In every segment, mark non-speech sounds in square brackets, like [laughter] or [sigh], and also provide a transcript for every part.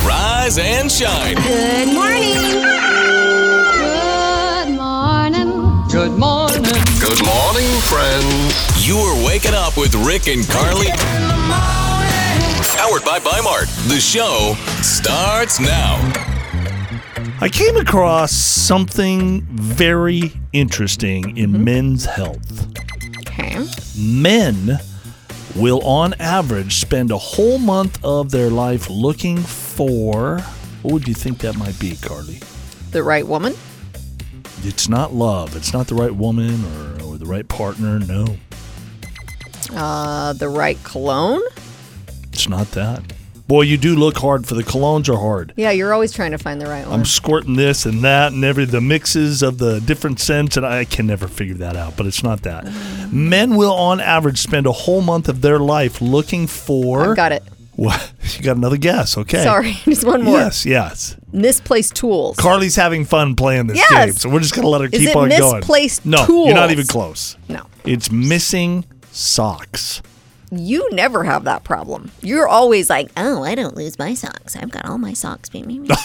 rise and shine. Good morning. Good morning. Good morning. Good morning, friends. You are waking up with Rick and Carly. Powered by Bimart. The show starts now. I came across something very interesting in men's health. Okay. Men will, on average, spend a whole month of their life looking for what would you think that might be, Carly? The right woman? It's not love. It's not the right woman or, or the right partner. No, Uh, the right cologne? it's not that. Boy, you do look hard for the colognes are hard. Yeah, you're always trying to find the right one. I'm squirting this and that and every the mixes of the different scents and I can never figure that out, but it's not that. Men will on average spend a whole month of their life looking for I've got it. What? [laughs] You got another guess, okay. Sorry, [laughs] just one more. Yes, yes. Misplaced tools. Carly's having fun playing this Yes. game, so we're just gonna let her Is keep it on going. misplaced no, you're not tools? even close. no. It's missing socks. You never have that problem. You're always like, oh, I don't lose my socks. I've got all my socks. Me, me, me." [laughs] [laughs]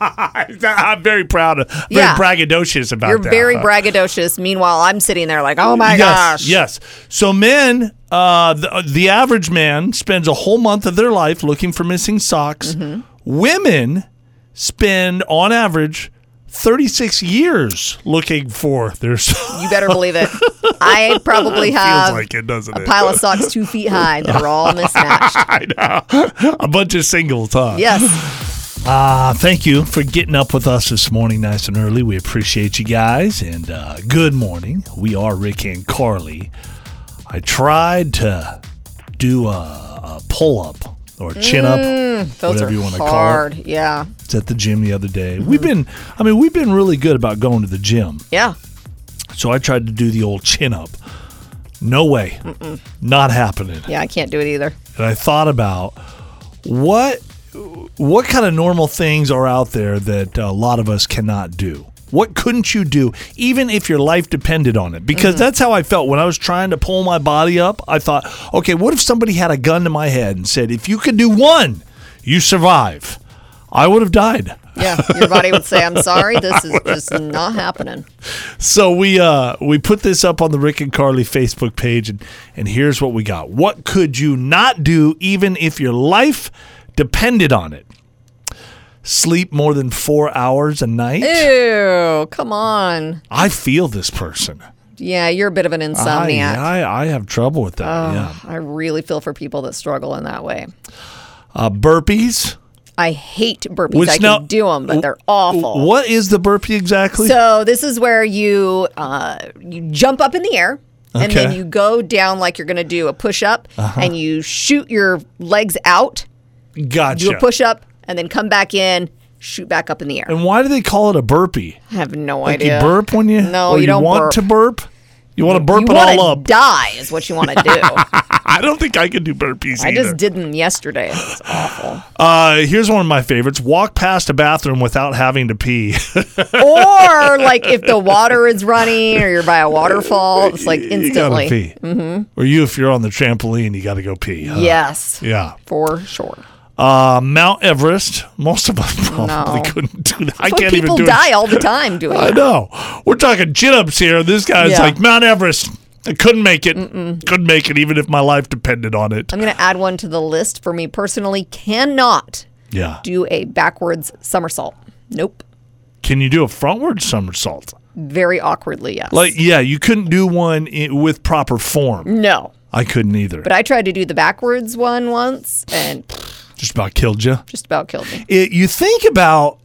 I'm very proud of very Yeah. braggadocious about You're that. very huh? braggadocious. Meanwhile, I'm sitting there like, oh my yes, gosh. Yes. So men, uh, the, the average man spends a whole month of their life looking for missing socks. Mm-hmm. Women spend, on average, 36 years looking for their [laughs] socks. You better believe [laughs] it. I probably Feels have like it, doesn't a it? pile of socks two feet high that are all [laughs] mismatched. I know. A bunch of singles, huh? Yes. Uh, thank you for getting up with us this morning, nice and early. We appreciate you guys, and uh, good morning. We are Rick and Carly. I tried to do a, a pull up or chin Mm. up, Those whatever are you want to call it. hard. Yeah. It's at the gym the other day. We've been, I mean, we've been really good about going to the gym. Yeah. So I tried to do the old chin up. No way, not happening. Yeah, I can't do it either. and I thought about what what kind of normal things are out there that a lot of us cannot do. What couldn't you do, even if your life depended on it? Because that's how I felt when I was trying to pull my body up. I thought, okay, what if somebody had a gun to my head and said, if you could do one, you survive? I would have died. Yeah, your body would say, "I'm sorry, this is just not happening." So we uh, we put this up on the Rick and Carly Facebook page, and and here's what we got. What could you not do, even if your life depended on it? Sleep more than four hours a night. Eh. Ew, come on. I feel this person. Yeah, you're a bit of an I, insomniac. I I have trouble with that. yeah, I really feel for people that struggle in that way. uh, burpees. I hate burpees. Which I can now- do them, but they're W- awful. What is the burpee exactly? So this is where you uh, you jump up in the air. And then Okay. Uh-huh. you go down like you're going to do a push up and you shoot your legs out, gotcha. do a push up, and then come back in, shoot back up in the air. And why do they call it a burpee? I have no Like idea. you burp when you No, or you don't want burp. to burp. You want to burp you it wanna all up. die is what you want to [laughs] do. I don't think I can do burpees I either. just did them [laughs] yesterday. It's awful. Uh, here's one of my favorites: walk past a bathroom without having to pee. [laughs] or like if the water is running or you're by a waterfall, it's like you gotta instantly. pee, Uh. mm-hmm. or you if you're on the trampoline, you gotta go pee. huh? Yes, Yeah. for sure. Uh, Mount Everest. Most of us [laughs] No. probably couldn't do that. I But can't even people do die it. all the [laughs] time doing I it. know. We're talking chin ups here. This guy's Yeah. like Mount Everest. I couldn't make it. Couldn't make it, even if my life depended on it. I'm going to add one to the list for me personally. Cannot Yeah. do a backwards somersault. Nope. Can you do a frontward somersault? Very awkwardly, yes. Like, yeah, you couldn't do one i with proper form. no. I couldn't either. But I tried to do the backwards one once and Just about killed you. just about killed me. it, you think about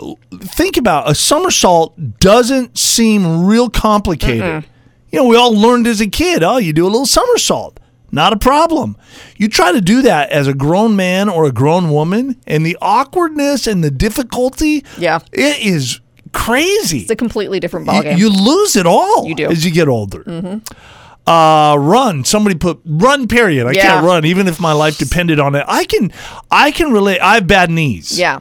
think about a somersault doesn't seem real complicated. You know, we all learned as a kid, oh, you do a little somersault. Not a problem. You try to do that as a grown man or a grown woman and the awkwardness and the difficulty, Yeah. it is crazy. It's a completely different You- ballgame. You lose it all You do. Mm-hmm. as you get older. Uh, run. Somebody put run. Period. I Yeah. can't run, even if my life depended on it. I can. I can relate. I have bad knees. yeah.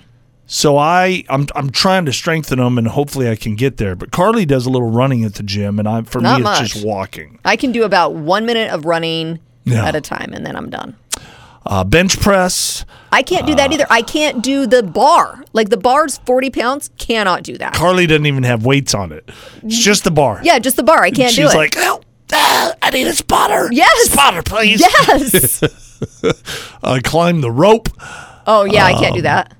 So I I'm, I'm trying to strengthen them and hopefully I can get there. But Carly does a little running at the gym and I for Not me it's much. just walking. I can do about one minute of running Yeah. at a time and then I'm done. uh, bench press, I can't do Ah. that either. I can't do the bar. Like the bar's 40 pounds, cannot do that. Carly doesn't even have weights on it. It's just the bar. yeah, just the bar. I can't She's do it. like, "Help, ah, I need a spotter. Yes. Spotter, please. [laughs] yes. Uh, climb the rope, Oh, yeah, I Um. can't do that.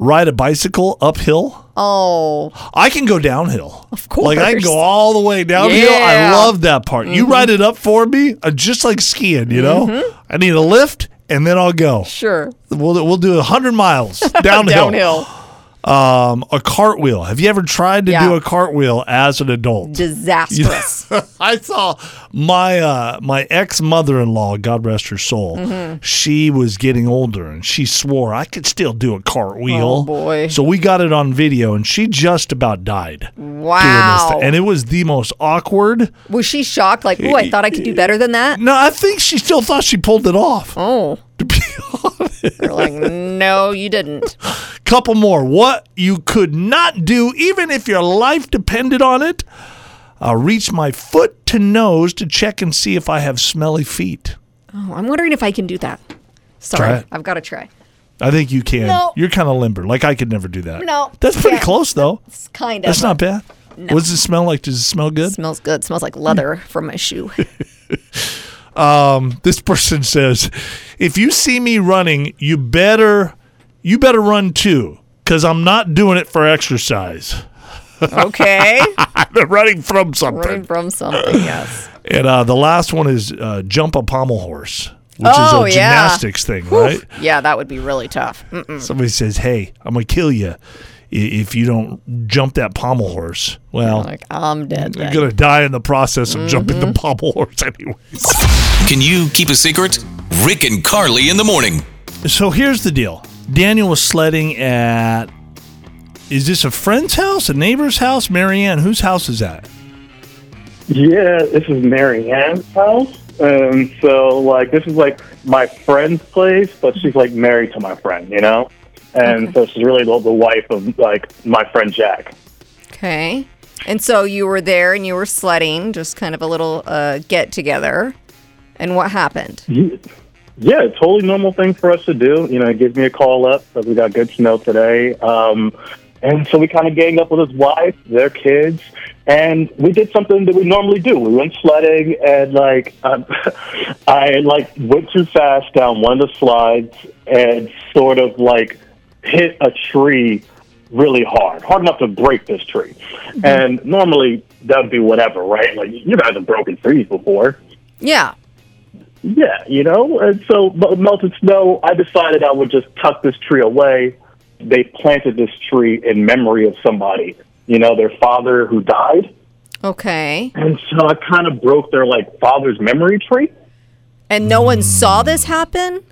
ride a bicycle uphill. Oh, I can go downhill. Of course. Like I can go all the way downhill. I Yeah. Mm-hmm. love that part. You ride it up for me, uh, just like skiing, you know? I need a lift and then I'll go. sure. We'll, we'll do [laughs] 100 miles downhill. Downhill. [gasps] Um, a cartwheel. Have you ever tried to do Yeah. a cartwheel as an adult? [laughs] Disastrous. I saw my uh, my ex mother in law, God rest her soul. Mm-hmm. She was getting older, and she swore I could still do a cartwheel. Oh, boy. So we got it on video, and she just about died. doing this Wow. thing. And it was the most awkward. Was she shocked? Like, oh, I thought I could [laughs] do better than that? No, I think she still thought she pulled it off. Oh. To be honest. They're like, no, you didn't. Couple more. What you could not do, even if your life depended on it. I'll reach my foot to nose to check and see if I have smelly feet. Oh, I'm wondering if I can do that. Sorry. Try it. I've got to try. I think you can. No. You're kind of limber. Like I could never do that. No, That's pretty can't. close though. It's kind of. That's not bad. What does it smell like? Does it smell good? Smells good. Smells like leather [laughs] from my shoe. This person says, "If you see me running, you better you better run too cuz I'm not doing it for exercise. [laughs] Okay. I'm running from something." Running from something, yes. And uh, the last one is uh, jump a pommel horse, which Oh, is a yeah. gymnastics thing, right? Yeah, that would be really tough. Mm-mm. Somebody says, "Hey, I'm going to kill you." If you don't jump that pommel horse, well, Like, Mm-hmm. I'm dead. You're then. gonna die in the process of jumping the pommel horse, [laughs] anyways. Can you keep a secret? Rick and Carly in the morning. So here's the deal: Daniel was sledding at. Is this a friend's house, a neighbor's house? Marianne, whose house is that? [laughs] Yeah, this is Mary Ann's house. And so, like, this is like my friend's place, but she's like married to my friend, you know? And so she's really the, the wife of like my friend Jack. Okay. And so you were there and you were sledding, just kind of a little uh, get together. And what happened? Mm. Yeah, totally normal thing for us to do. You know, give me a call up because we got good to know today. Um, and so we kind of gang up with his wife, their kids, and we did something that we normally do. We went sledding, and like um, [laughs] I like went too fast down one of the slides and sort of like hit a tree really hard, hard enough to break this tree. And normally that would be whatever, right? Like you guys have broken trees before. Yeah. Yeah, you know, and so m- melted snow. I decided I would just tuck this tree away. They planted this tree in memory of somebody, you know, their father who died, Okay. and so I kind of broke their like father's memory tree. And no one saw this happen?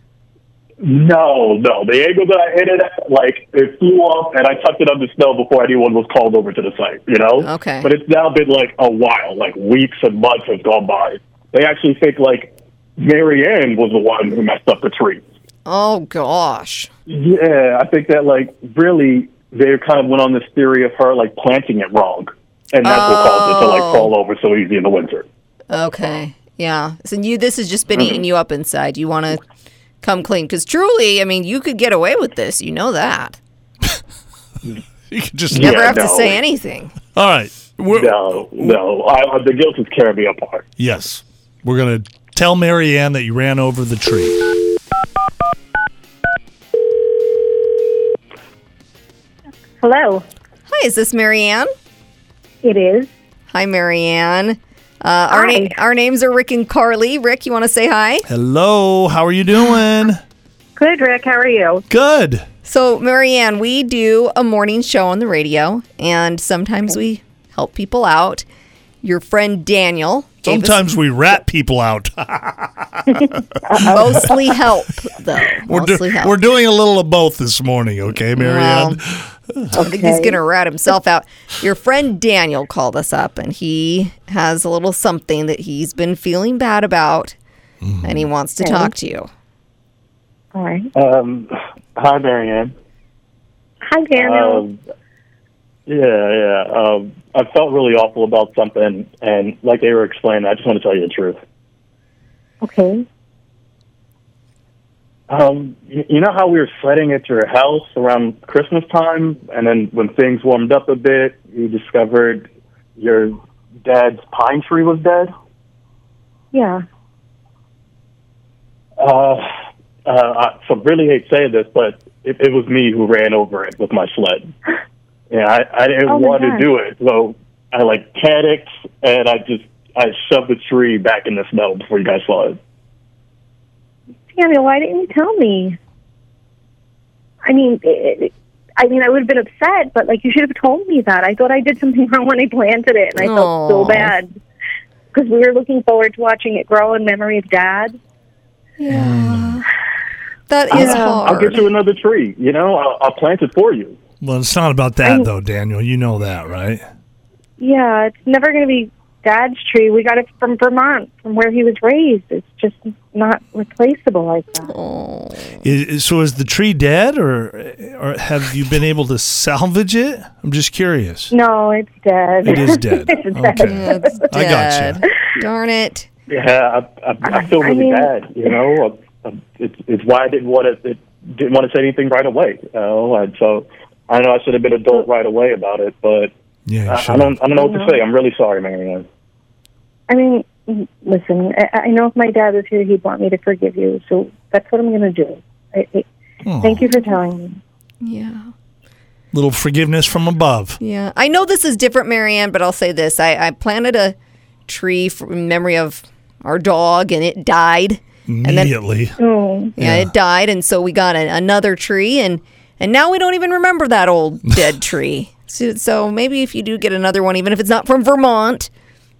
No, no, the angle that I hit it at, like it flew off, and I tucked it under snow before anyone was called over to the site, you know. Okay. But it's now been like a while, like weeks and months have gone by. They actually think like Marianne was the one who messed up the tree. Oh, gosh. Yeah, I think that like really they kind of went on this theory of her like planting it wrong, and that's what caused it to like fall over so easy in the winter. Okay. Yeah. So you, this has Mm. just been eating you up inside. You want to come clean? Because truly, I mean, you could get away with this. You know that. You can just Yeah. Never have to no. say anything. all right. We're, No, no, I, I- the guilt is tearing me apart. Yes, we're gonna tell Marianne that you ran over the tree. Hello. Hi, is this Marianne? It is. Hi, Marianne. Uh, our, Hi. na- our names are Rick and Carly. Rick, you want to say hi? Hello, how are you doing? Good, Rick. How are you? Good. So, Marianne, we do a morning show on the radio, and sometimes we help people out. Your friend Daniel gave us Sometimes we rat people out. [laughs] mostly help, though. We're, do- mostly help. we're doing a little of both this morning, okay, Marianne? I think he's going to rat himself out. Your friend Daniel called us up, and he has a little something that he's been feeling bad about, and he Mm-hmm. wants to talk to you. All right. Um, hi, Marianne. Hi, Daniel. Um, yeah, yeah. Um, I felt really awful about something, and like they were explaining, I just want to tell you the truth. okay. Um, you, you know how we were sledding at your house around Christmas time, and then when things warmed up a bit, you discovered your dad's pine tree was dead. Yeah. Uh, uh, I so really hate saying this, but it, it was me who ran over it with my sled. Yeah, I, I didn't Oh, my want to God. do it, so I like panicked and I just I shoved the tree back in the snow before you guys saw it. Daniel, why didn't you tell me? I mean, it, it- I mean, I would have been upset, but like you should have told me that. I thought I did something [laughs] wrong when I planted it, and I felt Aw. so bad because we were looking forward to watching it grow in memory of Dad. That is Yeah. I'll get hard. you another tree. You know, I'll, I'll plant it for you. Well, it's not about that though, Daniel. You know that, right? Yeah, it's never going to be Dad's tree. We got it from Vermont, from where he was raised. It's just not replaceable like that. Oh. Is, is- so is the tree dead, or or have you been able to salvage it? I'm just curious. No, it's dead. It [laughs] is dead. It's dead. Okay. It's I dead. gotcha. Darn it. Yeah, I, I, I feel I really mean- bad. You know, I, I, it's it's why I didn't want to it, didn't want to say anything right away. You know, and so I know I should have been adult right away about it, but Uh, Yeah, I, I sure. don't I don't know what to say. I'm really sorry, Marianne. I mean, m- listen, I, I know if my dad was here, he'd want me to forgive you. So that's what I'm going to do. I, I, Thank you for telling me. Yeah. Little forgiveness from above. Yeah. I know this is different, Marianne, but I'll say this. I, I planted a tree for, in memory of our dog and it died. And then, Immediately. Oh, yeah, it died. And so we got a, another tree and, and now we don't even remember that old [laughs] dead tree. So, so maybe if you do get another one, even if it's not from Vermont,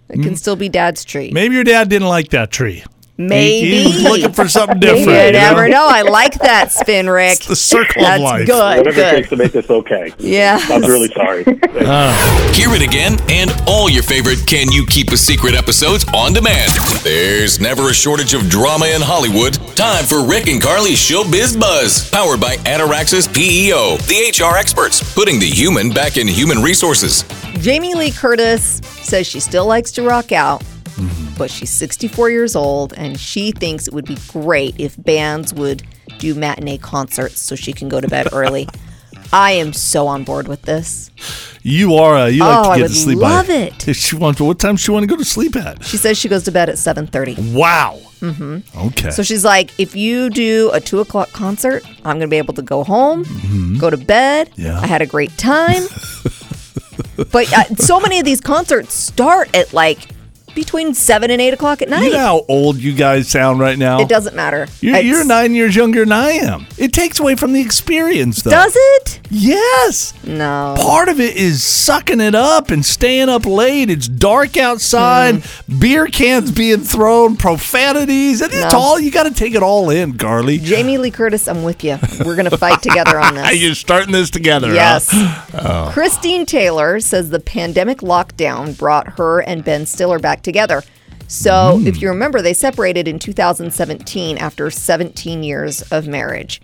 it Mm. can still be dad's tree. Maybe your dad didn't like that tree. He- Maybe. He, was looking for something You different. you never know? know. I like that spin, Rick. [laughs] The circle That's of life. good. Whatever it takes good. to make this okay. Yeah. I'm really sorry. [laughs] Hear it again and all your favorite Can You Keep a Secret episodes on demand. There's never a shortage of drama in Hollywood. Time for Rick and Carly's Showbiz Buzz, powered by Ataraxis PEO, the HR experts, putting the human back in human resources. Jamie Lee Curtis says she still likes to rock out, Mm-hmm. but she's 64 years old and she thinks it would be great if bands would do matinee concerts so she can go to bed [laughs] early. I am so on board with this. You are a, you like Oh, to I get would to sleep love by. it. [laughs] She wants, what time she want to go to sleep at? She says she goes to bed at 7:30. Wow. Mm-hmm. Okay. So she's like, if you do a two o'clock concert, I'm gonna be able to go home, go to bed. Mm-hmm. Yeah. I had a great [laughs] time. but uh, so many of these concerts start at like between seven and eight o'clock at night. you know how old you guys sound right now? It doesn't matter. Oh. You're, you're It's- nine years younger than I am. It takes away from the experience, though. Does it? Yes. No. Part of it is sucking it up and staying up late. It's dark outside, Mm-hmm. beer cans being thrown, profanities. And It's No. all, you got to take it all in, Carly. Jamie Lee Curtis, I'm with you. We're going to [laughs] fight together on Hey, this. You're starting this together. huh? Yes. Oh. Christine Taylor says the pandemic lockdown brought her and Ben Stiller back together. So, Hmm. if you remember, they separated in 2017 after 17 years of marriage.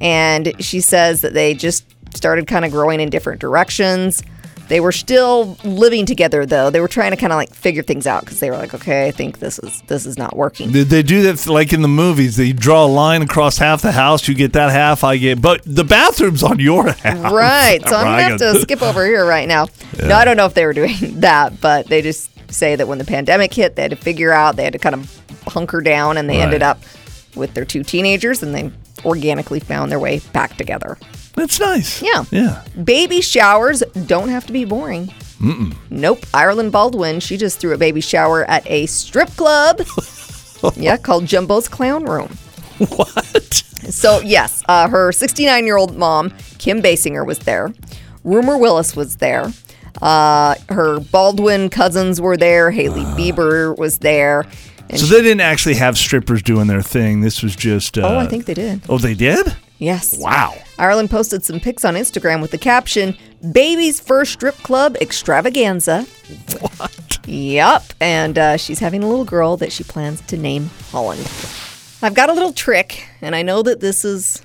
And she says that they just started kind of growing in different directions. They were still living together though. They were trying to kind of like figure things out because they were like, okay, I think this is this is not working. Did they do that like in the movies? They draw a line across half the house. You get that half, I get. But the bathroom's on your [laughs] half. Right. So I'm Right, gonna I have got- to skip over here right [laughs] now. No, I don't know if they were doing [laughs] that, but they just say that when the pandemic hit, they had to figure out, they had to kind of hunker down, and they ended Right. up with their two teenagers, and they organically found their way back together. That's nice. Yeah. Yeah. Baby showers don't have to be boring. Mm-mm. Nope. Ireland Baldwin, she just threw a baby shower at a strip [laughs] club. yeah, called Jumbo's Clown Room. What? So, yes, uh, her 69 year old mom, Kim Basinger, was there. Rumor Willis was there. Uh, her Baldwin cousins were there. Haley Bieber was there. And Uh. So they didn't actually have strippers doing their thing. This was just. Uh, oh, I think they did. Oh, they did? Yes. Wow. Ireland posted some pics on Instagram with the caption Baby's First Strip Club Extravaganza. What? Yep. And uh, she's having a little girl that she plans to name Holland. I've got a little trick, and I know that this is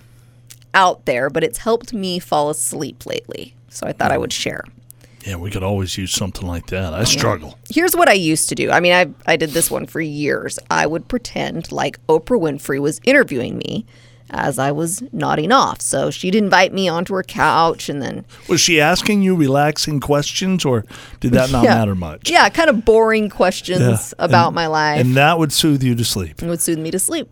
out there, but it's helped me fall asleep lately. So I thought I would share. Yeah, we could always use something like that. I struggle. Here's what I used to do. I mean, I, I did this one for years. I would pretend like Oprah Winfrey was interviewing me as I was nodding off. So she'd invite me onto her couch and then Was she asking you relaxing questions, or did that [laughs] not Yeah. matter much? Yeah, kind of boring questions Yeah. about And- my life. and that would soothe you to sleep. and would soothe me to sleep.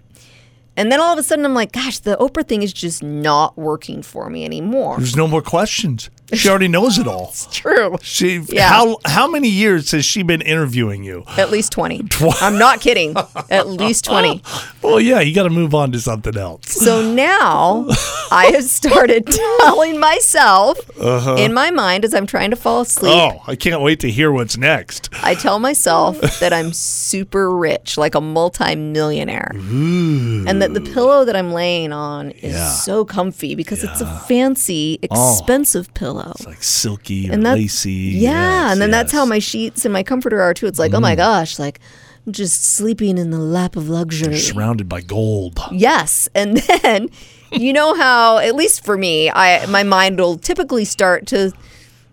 And then all of a sudden, I'm like, gosh, the Oprah thing is just not working for me anymore. [laughs] There's no more questions. She already knows it all. True. She Yeah. how how many years has she been interviewing you? At least [laughs] 20. I'm not kidding. At least 20. Well, yeah, you got to move on to something else. So now I have [laughs] started telling myself Uh-huh. in my mind as I'm trying to fall asleep, Oh, I can't wait to hear what's next. I tell myself that I'm super rich, like a multimillionaire. And that the pillow that I'm laying on is Yeah. Oh. so comfy because it's a fancy, expensive pillow. Like silky or and that's lacy. Yeah, Yes, and then that's yes. Mm. how my sheets and my comforter are too. It's like, oh my gosh, like I'm just sleeping in the lap of luxury. surrounded by gold. Yes, and [laughs] then you know how, at least for me, I my mind will typically start to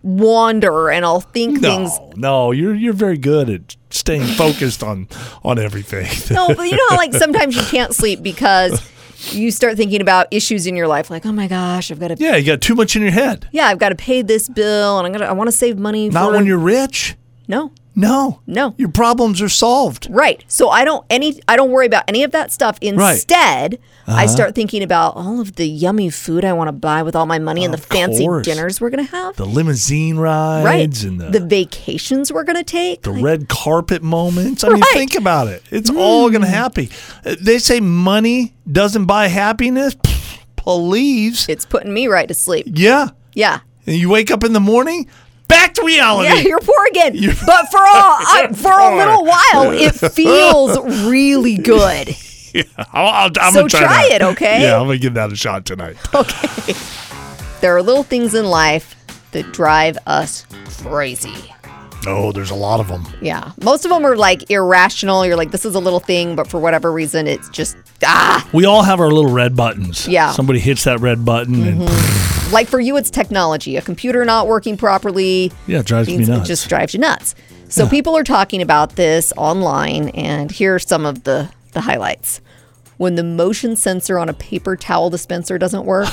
wander, and I'll think things. No, no, you're you're very good at staying focused on on everything. [laughs] No, but you know, how, like sometimes you can't sleep because you start thinking about issues in your life, like oh my gosh, I've got to. Yeah. yeah, you got too much in your head. I've got to pay this bill, and I'm gonna. I want to save money. Not for, when you're rich. no, No. No. Your problems are solved. Right. So I don't any I don't worry about any of that stuff. Instead, I Uh-huh. start thinking about all of the yummy food I want to buy with all my money and the Of fancy course. dinners we're gonna have. The limousine rides right. and the the vacations we're gonna take. the Like, red carpet moments. I mean, Right. Hmm. think about it. It's all going to happen. Uh, They say money doesn't buy happiness. [laughs] Pfft, Please. it's putting me right to sleep. Yeah. Yeah. And you wake up in the morning, back to reality. Yeah, you're poor again. [laughs] but for a [laughs] I, for a poor. little while, [laughs] it feels really good. [laughs] I'll, i am So gonna try, try that. it, okay? Yeah, I'm going to give that a [laughs] shot tonight. Okay. There are little things in life that drive us crazy. Oh, there's a lot of them. Yeah. Most of them are like irrational. You're like, this is a little thing, but for whatever reason, it's just, ah. We all have our little red buttons. Yeah. Mm-hmm. Somebody hits that red button and Like for you, it's technology, a computer not working properly. yeah, it drives me means nuts. It just drives you nuts. So people are talking about this online, and here are some of the, the highlights. When the motion sensor on a paper towel dispenser doesn't work,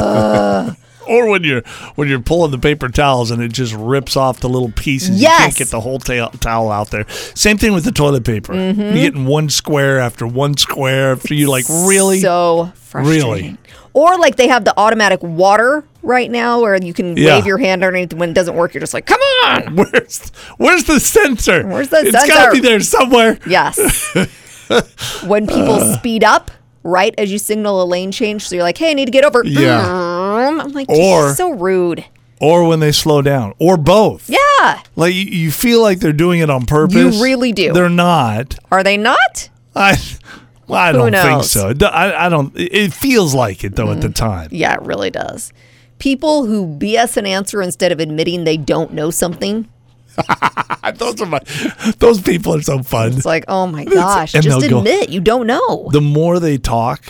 [laughs] or when you're when you're pulling the paper towels and it just rips off the little pieces. You Yes. can't get the whole ta- towel out there. Same thing with the toilet paper. Mm-hmm. You're getting one square after one square after you like really. so frustrating. Really? Or like they have the automatic water right now, where you can Yeah. wave your hand underneath. When it doesn't work, you're just like, come on. [laughs] Where's where's the sensor? Where's the It's got sensor? to be there somewhere. [laughs] Yes. when people speed up right as you signal a lane change, so you're like, hey, I need to get over. Yeah. I'm like, Or- or, so rude. Or when they slow down, or both. Yeah. Like you, you feel like they're doing it on purpose. really do. They're not. Are they not? I. Well, I don't think knows? Mm-hmm. so. It do- I, I don't. It feels like it though at the time. Yeah, it really does. People who BS an answer instead of admitting they don't know something. Those are my. [laughs] Those people are so fun. It's like, oh my gosh, and just they'll go- admit you don't know. the more they talk,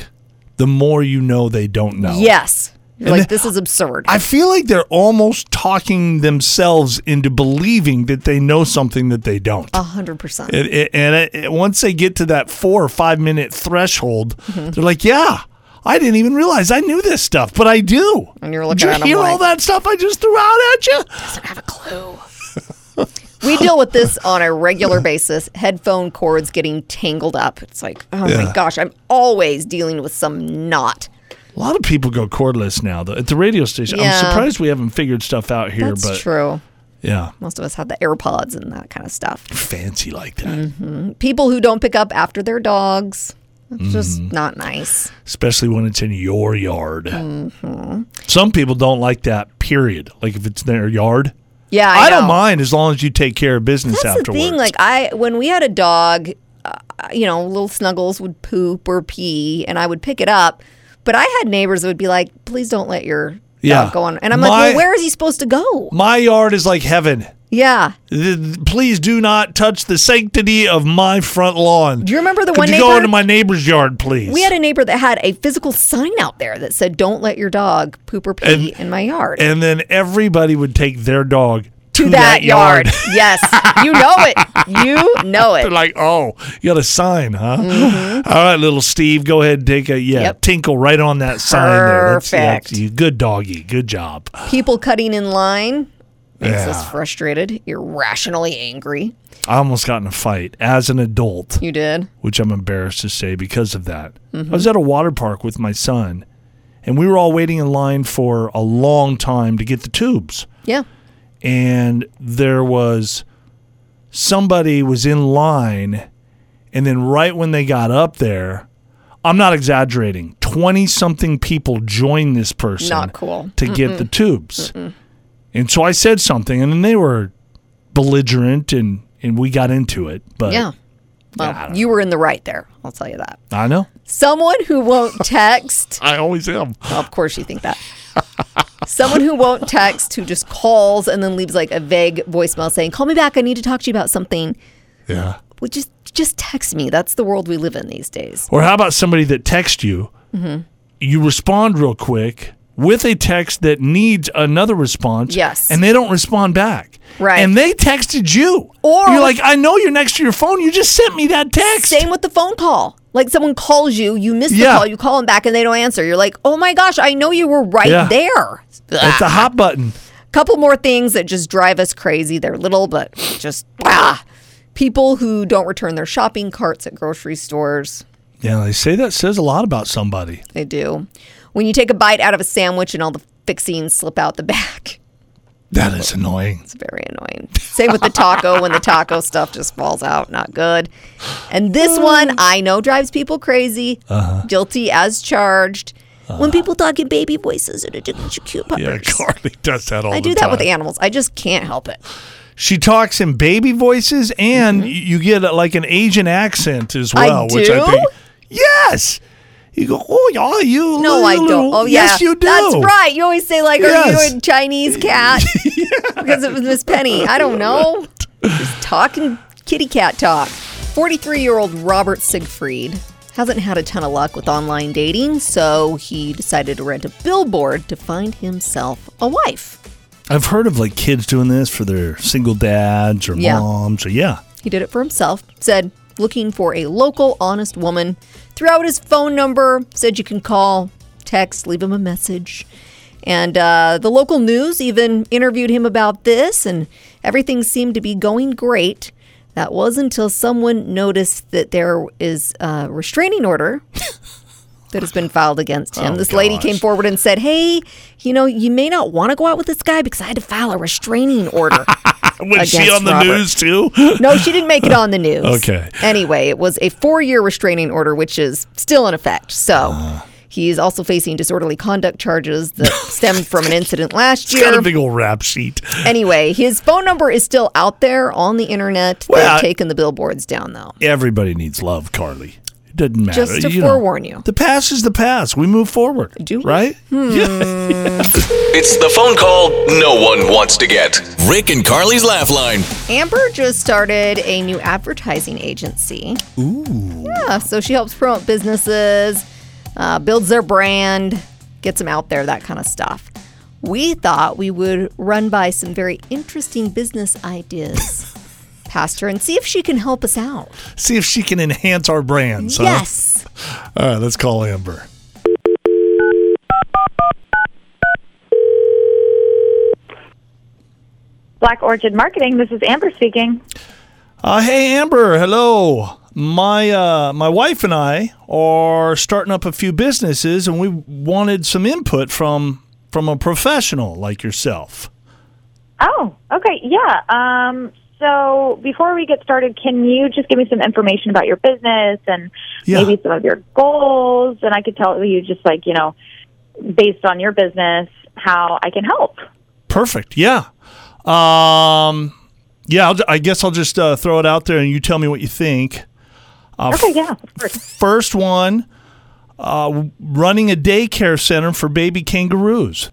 the more you know they don't know. Yes. You're And like, the- this is absurd. I feel like they're almost talking themselves into believing that they know something that they don't. A hundred percent. It- it- and it- it- once they get to that four or five minute threshold, Mm-hmm. they're like, yeah, I didn't even realize I knew this stuff, but I do. And you're looking Did you at 'em hear all like- that stuff I just threw out at you? We deal with this on a regular basis. Headphone cords getting tangled up. It's like, oh Yeah. my gosh, I'm always dealing with some knot. A lot of people go cordless now though, at the radio station. Yeah. I'm surprised we haven't figured stuff out here, That's but true. yeah, Most of us have the AirPods and that kind of stuff. fancy like that. People who don't pick up after their dogs. It's just Mm-hmm. not nice. especially when it's in your yard. Mm-hmm. Some people don't like that. Period. Like if it's their yard, Yeah, I, I, don't know. mind as long as you take care of business That's afterwards. the thing. Like I, when we had a dog, uh, you know, little Snuggles would poop or pee, and I would pick it up. But I had neighbors that would be like, "Please don't let your Yeah. dog go on." And I'm My- like, "Well, where is he supposed to go?" my yard is like heaven. Yeah. Th- Please do not touch the sanctity of my front lawn. Do you remember the Could one you neighbor? go into my neighbor's yard, please? we had a neighbor that had a physical sign out there that said, "Don't let your dog poop or pee in my yard." and then everybody would take their dog to, To that, that yard. [laughs] yard. yes. You know [laughs] it. You know They're it. like, oh, you got a sign, huh? [laughs] All right, little Steve, go ahead and take a yeah, Mm-hmm. Yep. tinkle right on that sign there. That's, that's Perfect. you. Good doggy. Good job. People cutting in line makes us Yeah. frustrated, irrationally angry. I almost got in a fight as an adult, You did. which I'm embarrassed to say because of that. Mm-hmm. I was at a water park with my son, and we were all waiting in line for a long time to get the tubes. Yeah. and there was somebody was in line and then right when they got up there i'm not exaggerating 20 something people joined this person Not cool. to get the tubes and so i said something and then they were belligerent and and we got into it but Yeah. Well, I don't you were in the right there. I'll tell you that. i know Someone who [laughs] won't text. i always am Well, of course you think that. Someone who won't text, who just calls and then leaves like a vague voicemail saying, "Call me back. I need to talk to you about something." yeah Well, just just text me. That's the world we live in these days. Or how about somebody that texts you? You respond real quick with a text that needs another response. Yes. And they don't respond back. Right. And they texted you. Or- you're like, I know you're next to your phone. You just sent me that text. Same with the phone call. Like someone calls you, you miss the Yeah. call, you call them back and they don't answer. You're like, "Oh my gosh, I know you were right Yeah. there." It's a hot button. couple more things that just drive us crazy. They're little, but just ah. people who don't return their shopping carts at grocery stores. Yeah, they say that says a lot about somebody. They do. When you take a bite out of a sandwich and all the fixings slip out the back. That is annoying. It's very annoying. Same with the taco when the taco stuff just falls out. Not good. And Mm. this one I know drives people crazy. Uh-huh. Guilty as charged. When people talk in baby voices and it just cute puppers. Yeah, [laughs] Carly does that all I the do that time. with animals. I just can't help it. She talks in baby voices, and y- you get uh, like an Asian accent as Mm-hmm. I well, which I do? think. Yes, you go. Oh, yeah, you. No, I little- don't. Oh, yeah. Yes, you do. That's right. You always say, like, are Yes. you a Chinese [laughs] cat? Because it was Miss Penny. I don't know. Just talking kitty cat talk. 43 year old Robert Siegfried hasn't had a ton of luck with online dating, so he decided to rent a billboard to find himself a wife. I've heard of like kids doing this for their single dads or Yeah. moms or yeah. He did it for himself. Said, looking for a local, honest woman. Threw out his phone number, said you can call, text, leave him a message. And uh, the local news even interviewed him about this, and everything seemed to be going great. That was until someone noticed that there is a restraining order [laughs] that has been filed against him. Oh, this lady gosh. came forward and said, Hey, you know, you may not want to go out with this guy because I had to file a restraining [laughs] order. Was she Against on the Robert. news too? [laughs] No, she didn't make it on the news. Okay. Anyway, it was a four year restraining order, which is still in effect. So he's also facing disorderly conduct charges [laughs] that stemmed from an incident last Got a year. big old rap sheet. Anyway, his phone number is still out there on the internet. Well, They've I- taken the billboards down, though. Everybody needs love, Carly. It doesn't matter. Just to you know. forewarn you. The past is the past. We move forward. Do we? Hmm. Right? It's the phone call no one wants to get. Rick and Carly's Laugh Line. Amber just started a new advertising agency. Ooh. Yeah, so she helps promote businesses, uh, builds their brand, gets them out there, that kind of stuff. We thought we would run by some very interesting business ideas past her and see if she can help us out. See if she can enhance our brands. huh? Yes. All right, let's call Amber. Black Orchid Marketing. This is Amber speaking. Uh, hey Amber, hello. My uh, my wife and I are starting up a few businesses, and we wanted some input from from a professional like yourself. Oh, okay, yeah. Um, so before we get started, can you just give me some information about your business and Yeah. maybe some of your goals? And I could tell you just like you know, based on your business, how I can help. Perfect. Yeah. Um, yeah. I'll, ju- I guess I'll just uh, throw it out there, and you tell me what you think. Okay, yeah, of course. First one, uh, running a daycare center for baby kangaroos.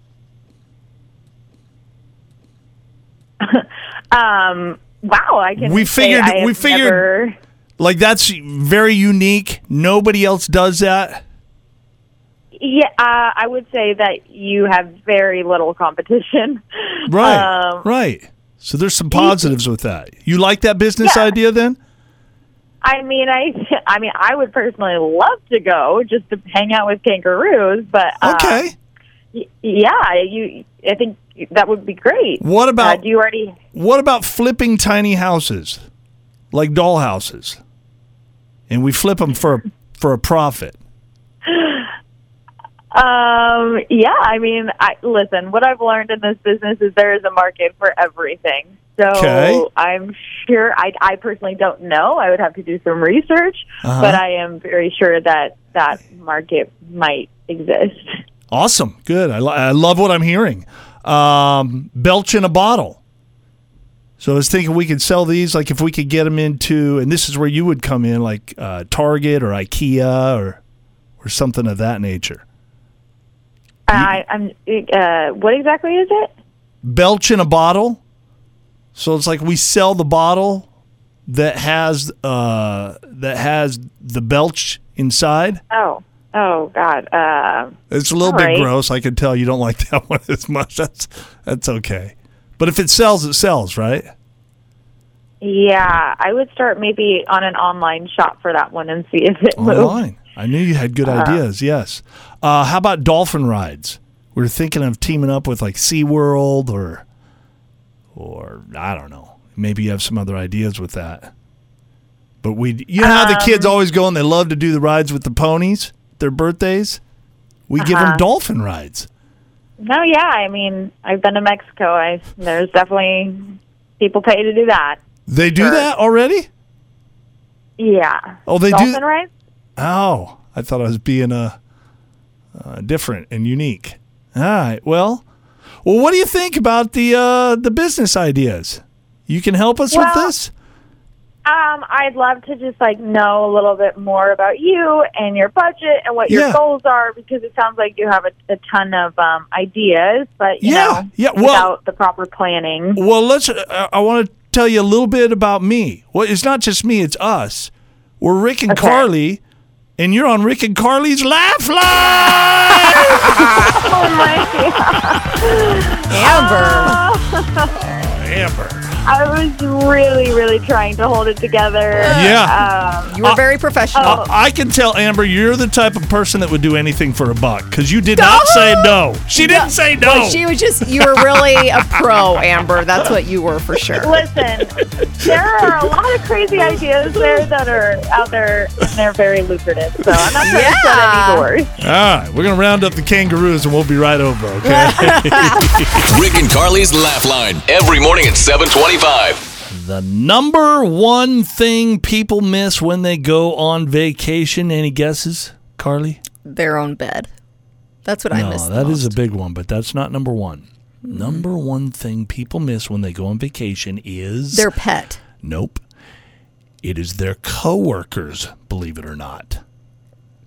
Um, wow, I can. We say figured- I have we figured- never- Like that's very unique. Nobody else does that. yeah, uh, I would say that you have very little competition. Right. Um, right. So there's some positives with that. You like that business Yeah. idea then? I mean, I, I mean, I would personally love to go just to hang out with kangaroos, but uh, Okay. y- yeah, you, I think that would be great. What about- Uh, do you already? What about flipping tiny houses, like dollhouses, and we flip them for for a profit? Um, yeah, I mean, I listen. What I've learned in this business is there is a market for everything. So Okay. I'm sure. I, I personally don't know. I would have to do some research, Uh-huh. but I am very sure that that market might exist. Awesome, good. I, lo- I love what I'm hearing. Um, belch in a bottle. So I was thinking we could sell these, like if we could get them into, and this is where you would come in, like uh, Target or IKEA or or something of that nature. I, I'm. Uh, what exactly is it? belch in a bottle. So it's like we sell the bottle that has uh, that has the belch inside. Oh, oh God. Uh, It's a little All bit right. gross. I can tell you don't like [laughs] that one as much. That's that's okay. But if it sells, it sells, right? yeah, I would start maybe on an online shop for that one and see if it moves. Online. I knew you had good Uh-huh. ideas. Yes. Uh, how about dolphin rides? We are thinking of teaming up with like SeaWorld or or I don't know. Maybe you have some other ideas with that. But we you know how the kids Um, always go and they love to do the rides with the ponies, their birthdays? We give 'em give Uh-huh. them dolphin rides. No, yeah. I mean, I've been to Mexico. I there's definitely people pay to do that. They do Sure. that already? Yeah. Oh, they do- Dolphin rides? Oh, I thought I was being uh, uh, different and unique. All right. Well, well, what do you think about the uh, the business ideas? You can help us with Well- this. Um, I'd love to just like know a little bit more about you and your budget and what Yeah. your goals are because it sounds like you have a, a ton of um, ideas, but you Yeah, know, yeah, well- without the proper planning. [laughs] Well, let's. Uh, I want to tell you a little bit about me. Well, it's not just me; it's us. We're Rick and Carly, and you're on Rick and Carly's Laugh Line. Oh Amber. I was really, really trying to hold it together. Yeah. Um, You were very professional. I- I can tell Amber, you're the type of person that would do anything for a buck because you did not say no. She didn't say no. Well, she was just, you were really a pro, Amber. That's what you were for sure. listen, there are a lot of crazy ideas there that are out there, and they're very lucrative. So I'm not trying Yeah. to set any doors. All right, we're gonna round up the kangaroos and we'll be right over. [laughs] Okay. Rick and Carly's Laugh Line every morning at 725. the number one thing people miss when they go on vacation. Any guesses, Carly? Their own bed. That's what I no, missed. that is a big one, but that's not number one. Number one thing people miss when they go on vacation is Their pet. nope. It is their coworkers, believe it or not.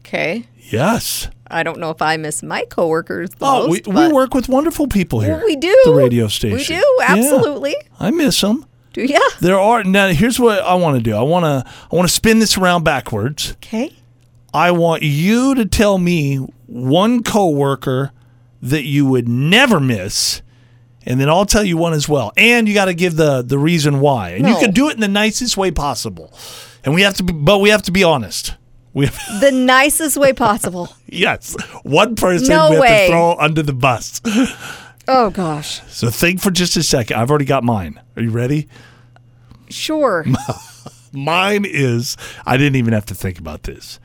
Okay. Yes. I don't know if I miss my coworkers. The Oh, we, most, we but- work with wonderful people here. We do. at The radio station. We do. Yeah. Absolutely. I miss them. Do ya? There are now. Here's what I want to do. I want to. I want to spin this around backwards. Okay. I want you to tell me one coworker that you would never miss, and then I'll tell you one as well. And you got to give the the reason why, and you No. can do it in the nicest way possible. And we have to be, but we have to be honest. We have, [laughs] The nicest way possible. yes, one person No we have way. to throw under the bus. [laughs] Oh gosh. So think for just a second. I've already got mine. Are you ready? Sure. Mine is. I didn't even have to think about this.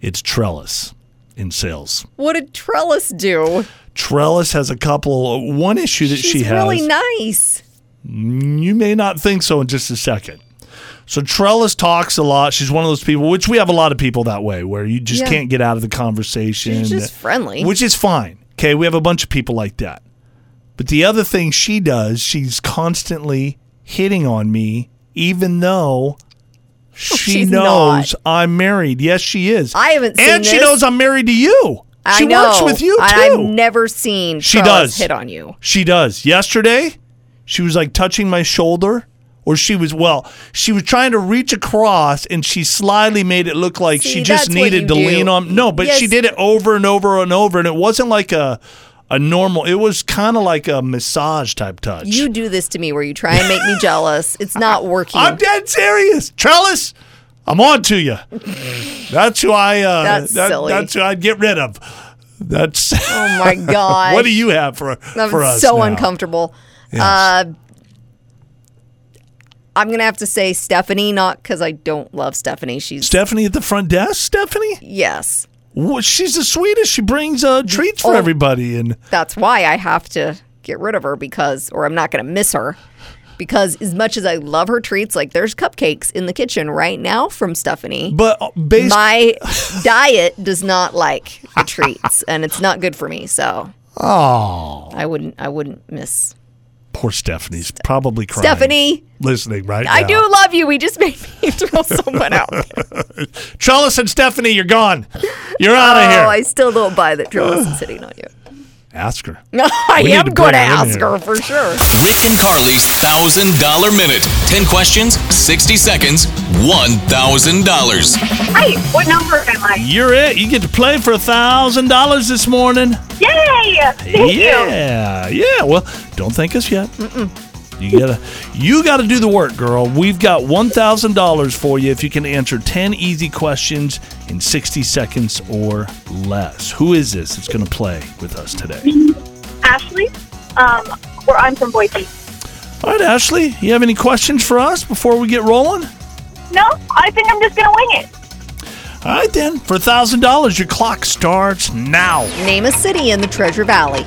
It's Trellis in sales. what did Trellis do? Trellis has a couple. One issue that She's she has. really nice. you may not think so in just a second. So Trellis talks a lot. She's one of those people, which we have a lot of people that way, where you just Yeah. can't get out of the conversation. She's just friendly. Which is fine. Okay, we have a bunch of people like that. But the other thing she does, she's constantly hitting on me, even though [laughs] she She's knows I'm married. Yes, she is. I haven't seen And she this. knows I'm married to you. I she know. works with you too. and I've never seen She Trellis does. hit on you. She does. Yesterday, she was like touching my shoulder, or she was, well, she was trying to reach across and she slyly made it look like See, she just that's what needed to you do. lean on. No, but she Yes. did it over and over and over. And it wasn't like a, a normal. It was kind of like a massage type touch. You do this to me where you try and make [laughs] me jealous. It's not working. I'm dead serious. Trellis, I'm on to [laughs] you. That's who I. Uh, That's that- silly. That's who I'd get rid of. That's. oh my god. [laughs] what do you have for That for was us? so now? uncomfortable. Yes. Uh, I'm gonna have to say Stephanie, not because I don't love Stephanie. She's Stephanie at the front desk. Stephanie, yes, Wha- she's the sweetest. She brings uh, treats for Oh. everybody, and that's why I have to get rid of her because, or I'm not gonna miss her. Because as much as I love her treats, like there's cupcakes in the kitchen right now from Stephanie. but uh, based [laughs] my diet does not like the treats, and it's not good for me. So, oh, I wouldn't, I wouldn't miss poor Stephanie's probably crying. Stephanie. listening right I now. do love you. We just made me [laughs] throw someone out. Trellis and Stephanie, you're gone. You're out of Oh, here. I still don't buy that Trellis [sighs] is sitting on you. [laughs] Ask her. No, I We need am to going bring to her in ask here. her for sure. Rick and Carly's $1,000 minute. 10 questions, 60 seconds, $1,000. Hey, what number am I? You're it. You get to play for a thousand dollars this morning. Yay! Thank you. yeah, yeah. Well, don't thank us yet. You gotta, you gotta do the work, girl. We've got one thousand dollars for you if you can answer ten easy questions in sixty seconds or less. Who is this that's gonna play with us today? Ashley, um, where I'm from Boise. All right, Ashley. You have any questions for us before we get rolling? No, I think I'm just gonna wing it. All right, then. For a thousand dollars, your clock starts now. Name a city in the Treasure Valley.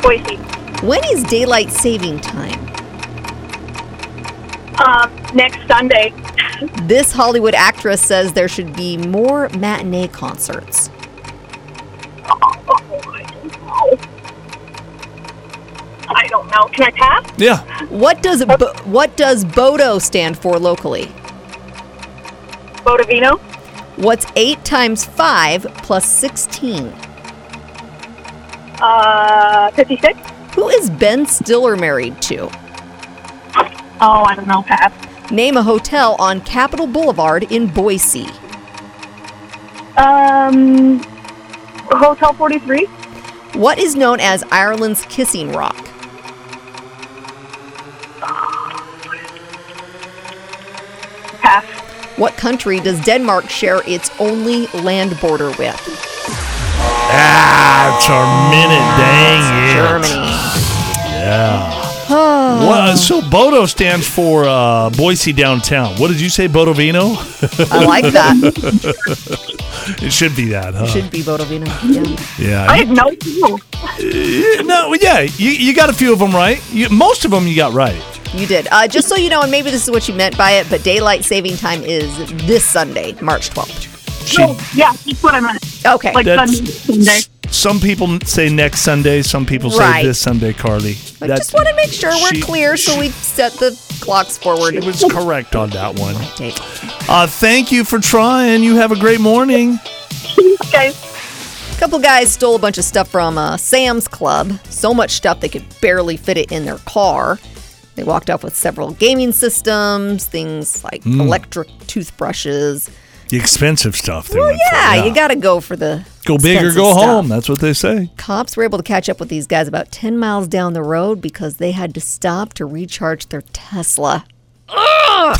Boise. When is daylight saving time? Um, next Sunday. This Hollywood actress says there should be more matinee concerts. Oh, I don't know. I don't know. Can I pass? Yeah. What does Bo- what does Bodo stand for locally? Bodovino? What's eight times five plus sixteen? Uh, 56? Who is Ben Stiller married to? Oh, I don't know. Pass. Name a hotel on Capitol Boulevard in Boise. Um, Hotel 43? What is known as Ireland's Kissing Rock? Pass. What country does Denmark share its only land border with? That's our minute. Dang it. Germany. [sighs] Well, uh, so Bodo stands for uh, Boise downtown. What did you say, Bodovino? I like [laughs] that. It should be that, huh? Should be Bodovino. Yeah. I yeah. have no clue. You- no, yeah. You, you got a few of them right. You, most of them you got right. You did. Uh, just so you know, and maybe this is what you meant by it, but daylight saving time is this Sunday, March 12th. She- No, yeah, that's what I meant. Okay. Like That's- Sunday, Sunday. Some people say next Sunday. Some people Right. say this Sunday, Carly. I just want to make sure we're she- clear so we set the clocks forward. It was correct on that one. Date. Uh, thank you for trying. You have a great morning. Okay. couple guys stole a bunch of stuff from uh, Sam's Club. So much stuff they could barely fit it in their car. They walked off with several gaming systems, things like Hmm. electric toothbrushes. The expensive stuff. They Well, went for, yeah, you got to go for the go big or expensive go stuff. home. That's what [laughs] they say. Cops were able to catch up with these guys about 10 miles down the road because they had to stop to recharge their [laughs] Tesla. Ugh!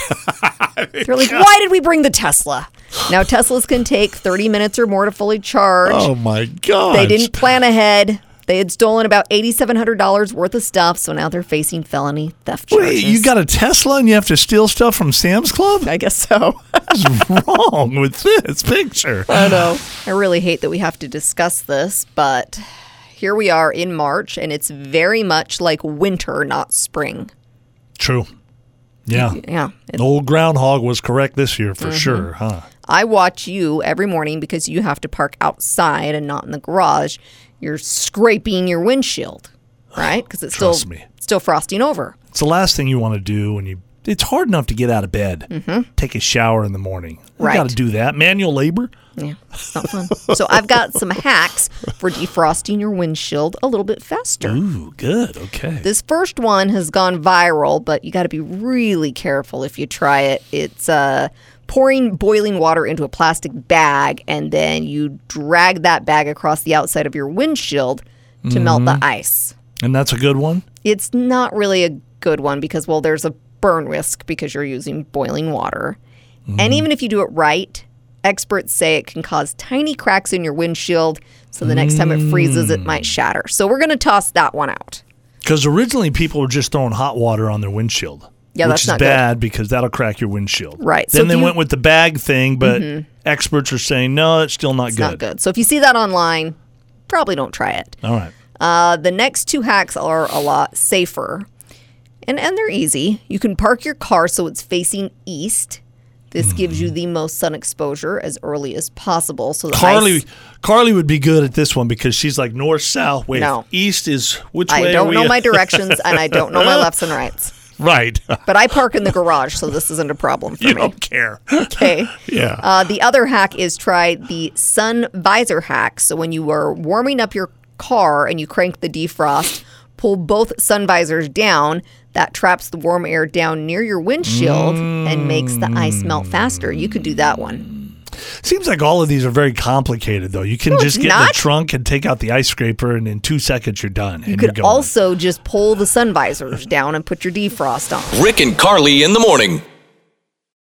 They're like, why did we bring the Tesla? Now, Teslas can take 30 minutes or more to fully charge. Oh my god! They didn't plan ahead. They had stolen about $8,700 worth of stuff, so now they're facing felony theft charges. Wait, you got a Tesla and you have to steal stuff from Sam's Club? I guess so. [laughs] What's wrong with this picture? I [sighs] know. I really hate that we have to discuss this, but here we are in March, and it's very much like winter, not spring. True. [laughs] Yeah. Yeah. It- Old groundhog was correct this year Mm-hmm. for sure, huh? I watch you every morning because you have to park outside and not in the garage. You're scraping your [sighs] windshield, right? Because it's Trust still me. still frosting over. It's the last thing you want to do when you. It's hard enough to get out of bed, take a shower in the morning. You Mm-hmm. Right. got to do that. Manual labor. Yeah, it's not fun. [laughs] so I've got some hacks for defrosting your windshield a little bit faster. Ooh, good. Okay. This first one has gone viral, but you got to be really careful if you try it. It's uh, pouring boiling water into a plastic bag, and then you drag that bag across the outside of your windshield to melt the ice. And that's a good one. It's not really a good one because, well, there's a burn risk because you're using boiling water. And even if you do it right, experts say it can cause tiny cracks in your windshield. So the next time it freezes, it might shatter. So we're going to toss that one out. Because originally people were just throwing hot water on their windshield. Yeah, which that's is not good. bad because that'll crack your windshield. Right, so Then if they you- Mm-hmm. went with the bag thing, but experts are saying no, it's still not It's good. not good. So if you see that online, probably don't try it. All right. Uh, the next two hacks are a lot safer. And, and they're easy. You can park your car so it's facing east. This gives Hmm. you the most sun exposure as early as possible. So the Carly ice- Carly would be good at this one because she's like north south. Wait, No. east is which way? I are don't we know in? [laughs] my directions and I don't know my lefts and rights. right. But [laughs] I park in the garage, so this isn't a problem for you me. don't care. [laughs] [laughs] Okay. Yeah. Uh, the other hack is try the sun visor hack. So when you are warming up your car and you crank the defrost, pull both sun visors down. That traps the warm air down near your windshield and makes the ice melt faster. You could do that one. Seems like all of these are very complicated though. You can it's just get in the not. trunk and take out the ice scraper, and in two seconds you're done. You and could you're going. also just pull the sun visors down and put your defrost on. Rick and Carly in the morning.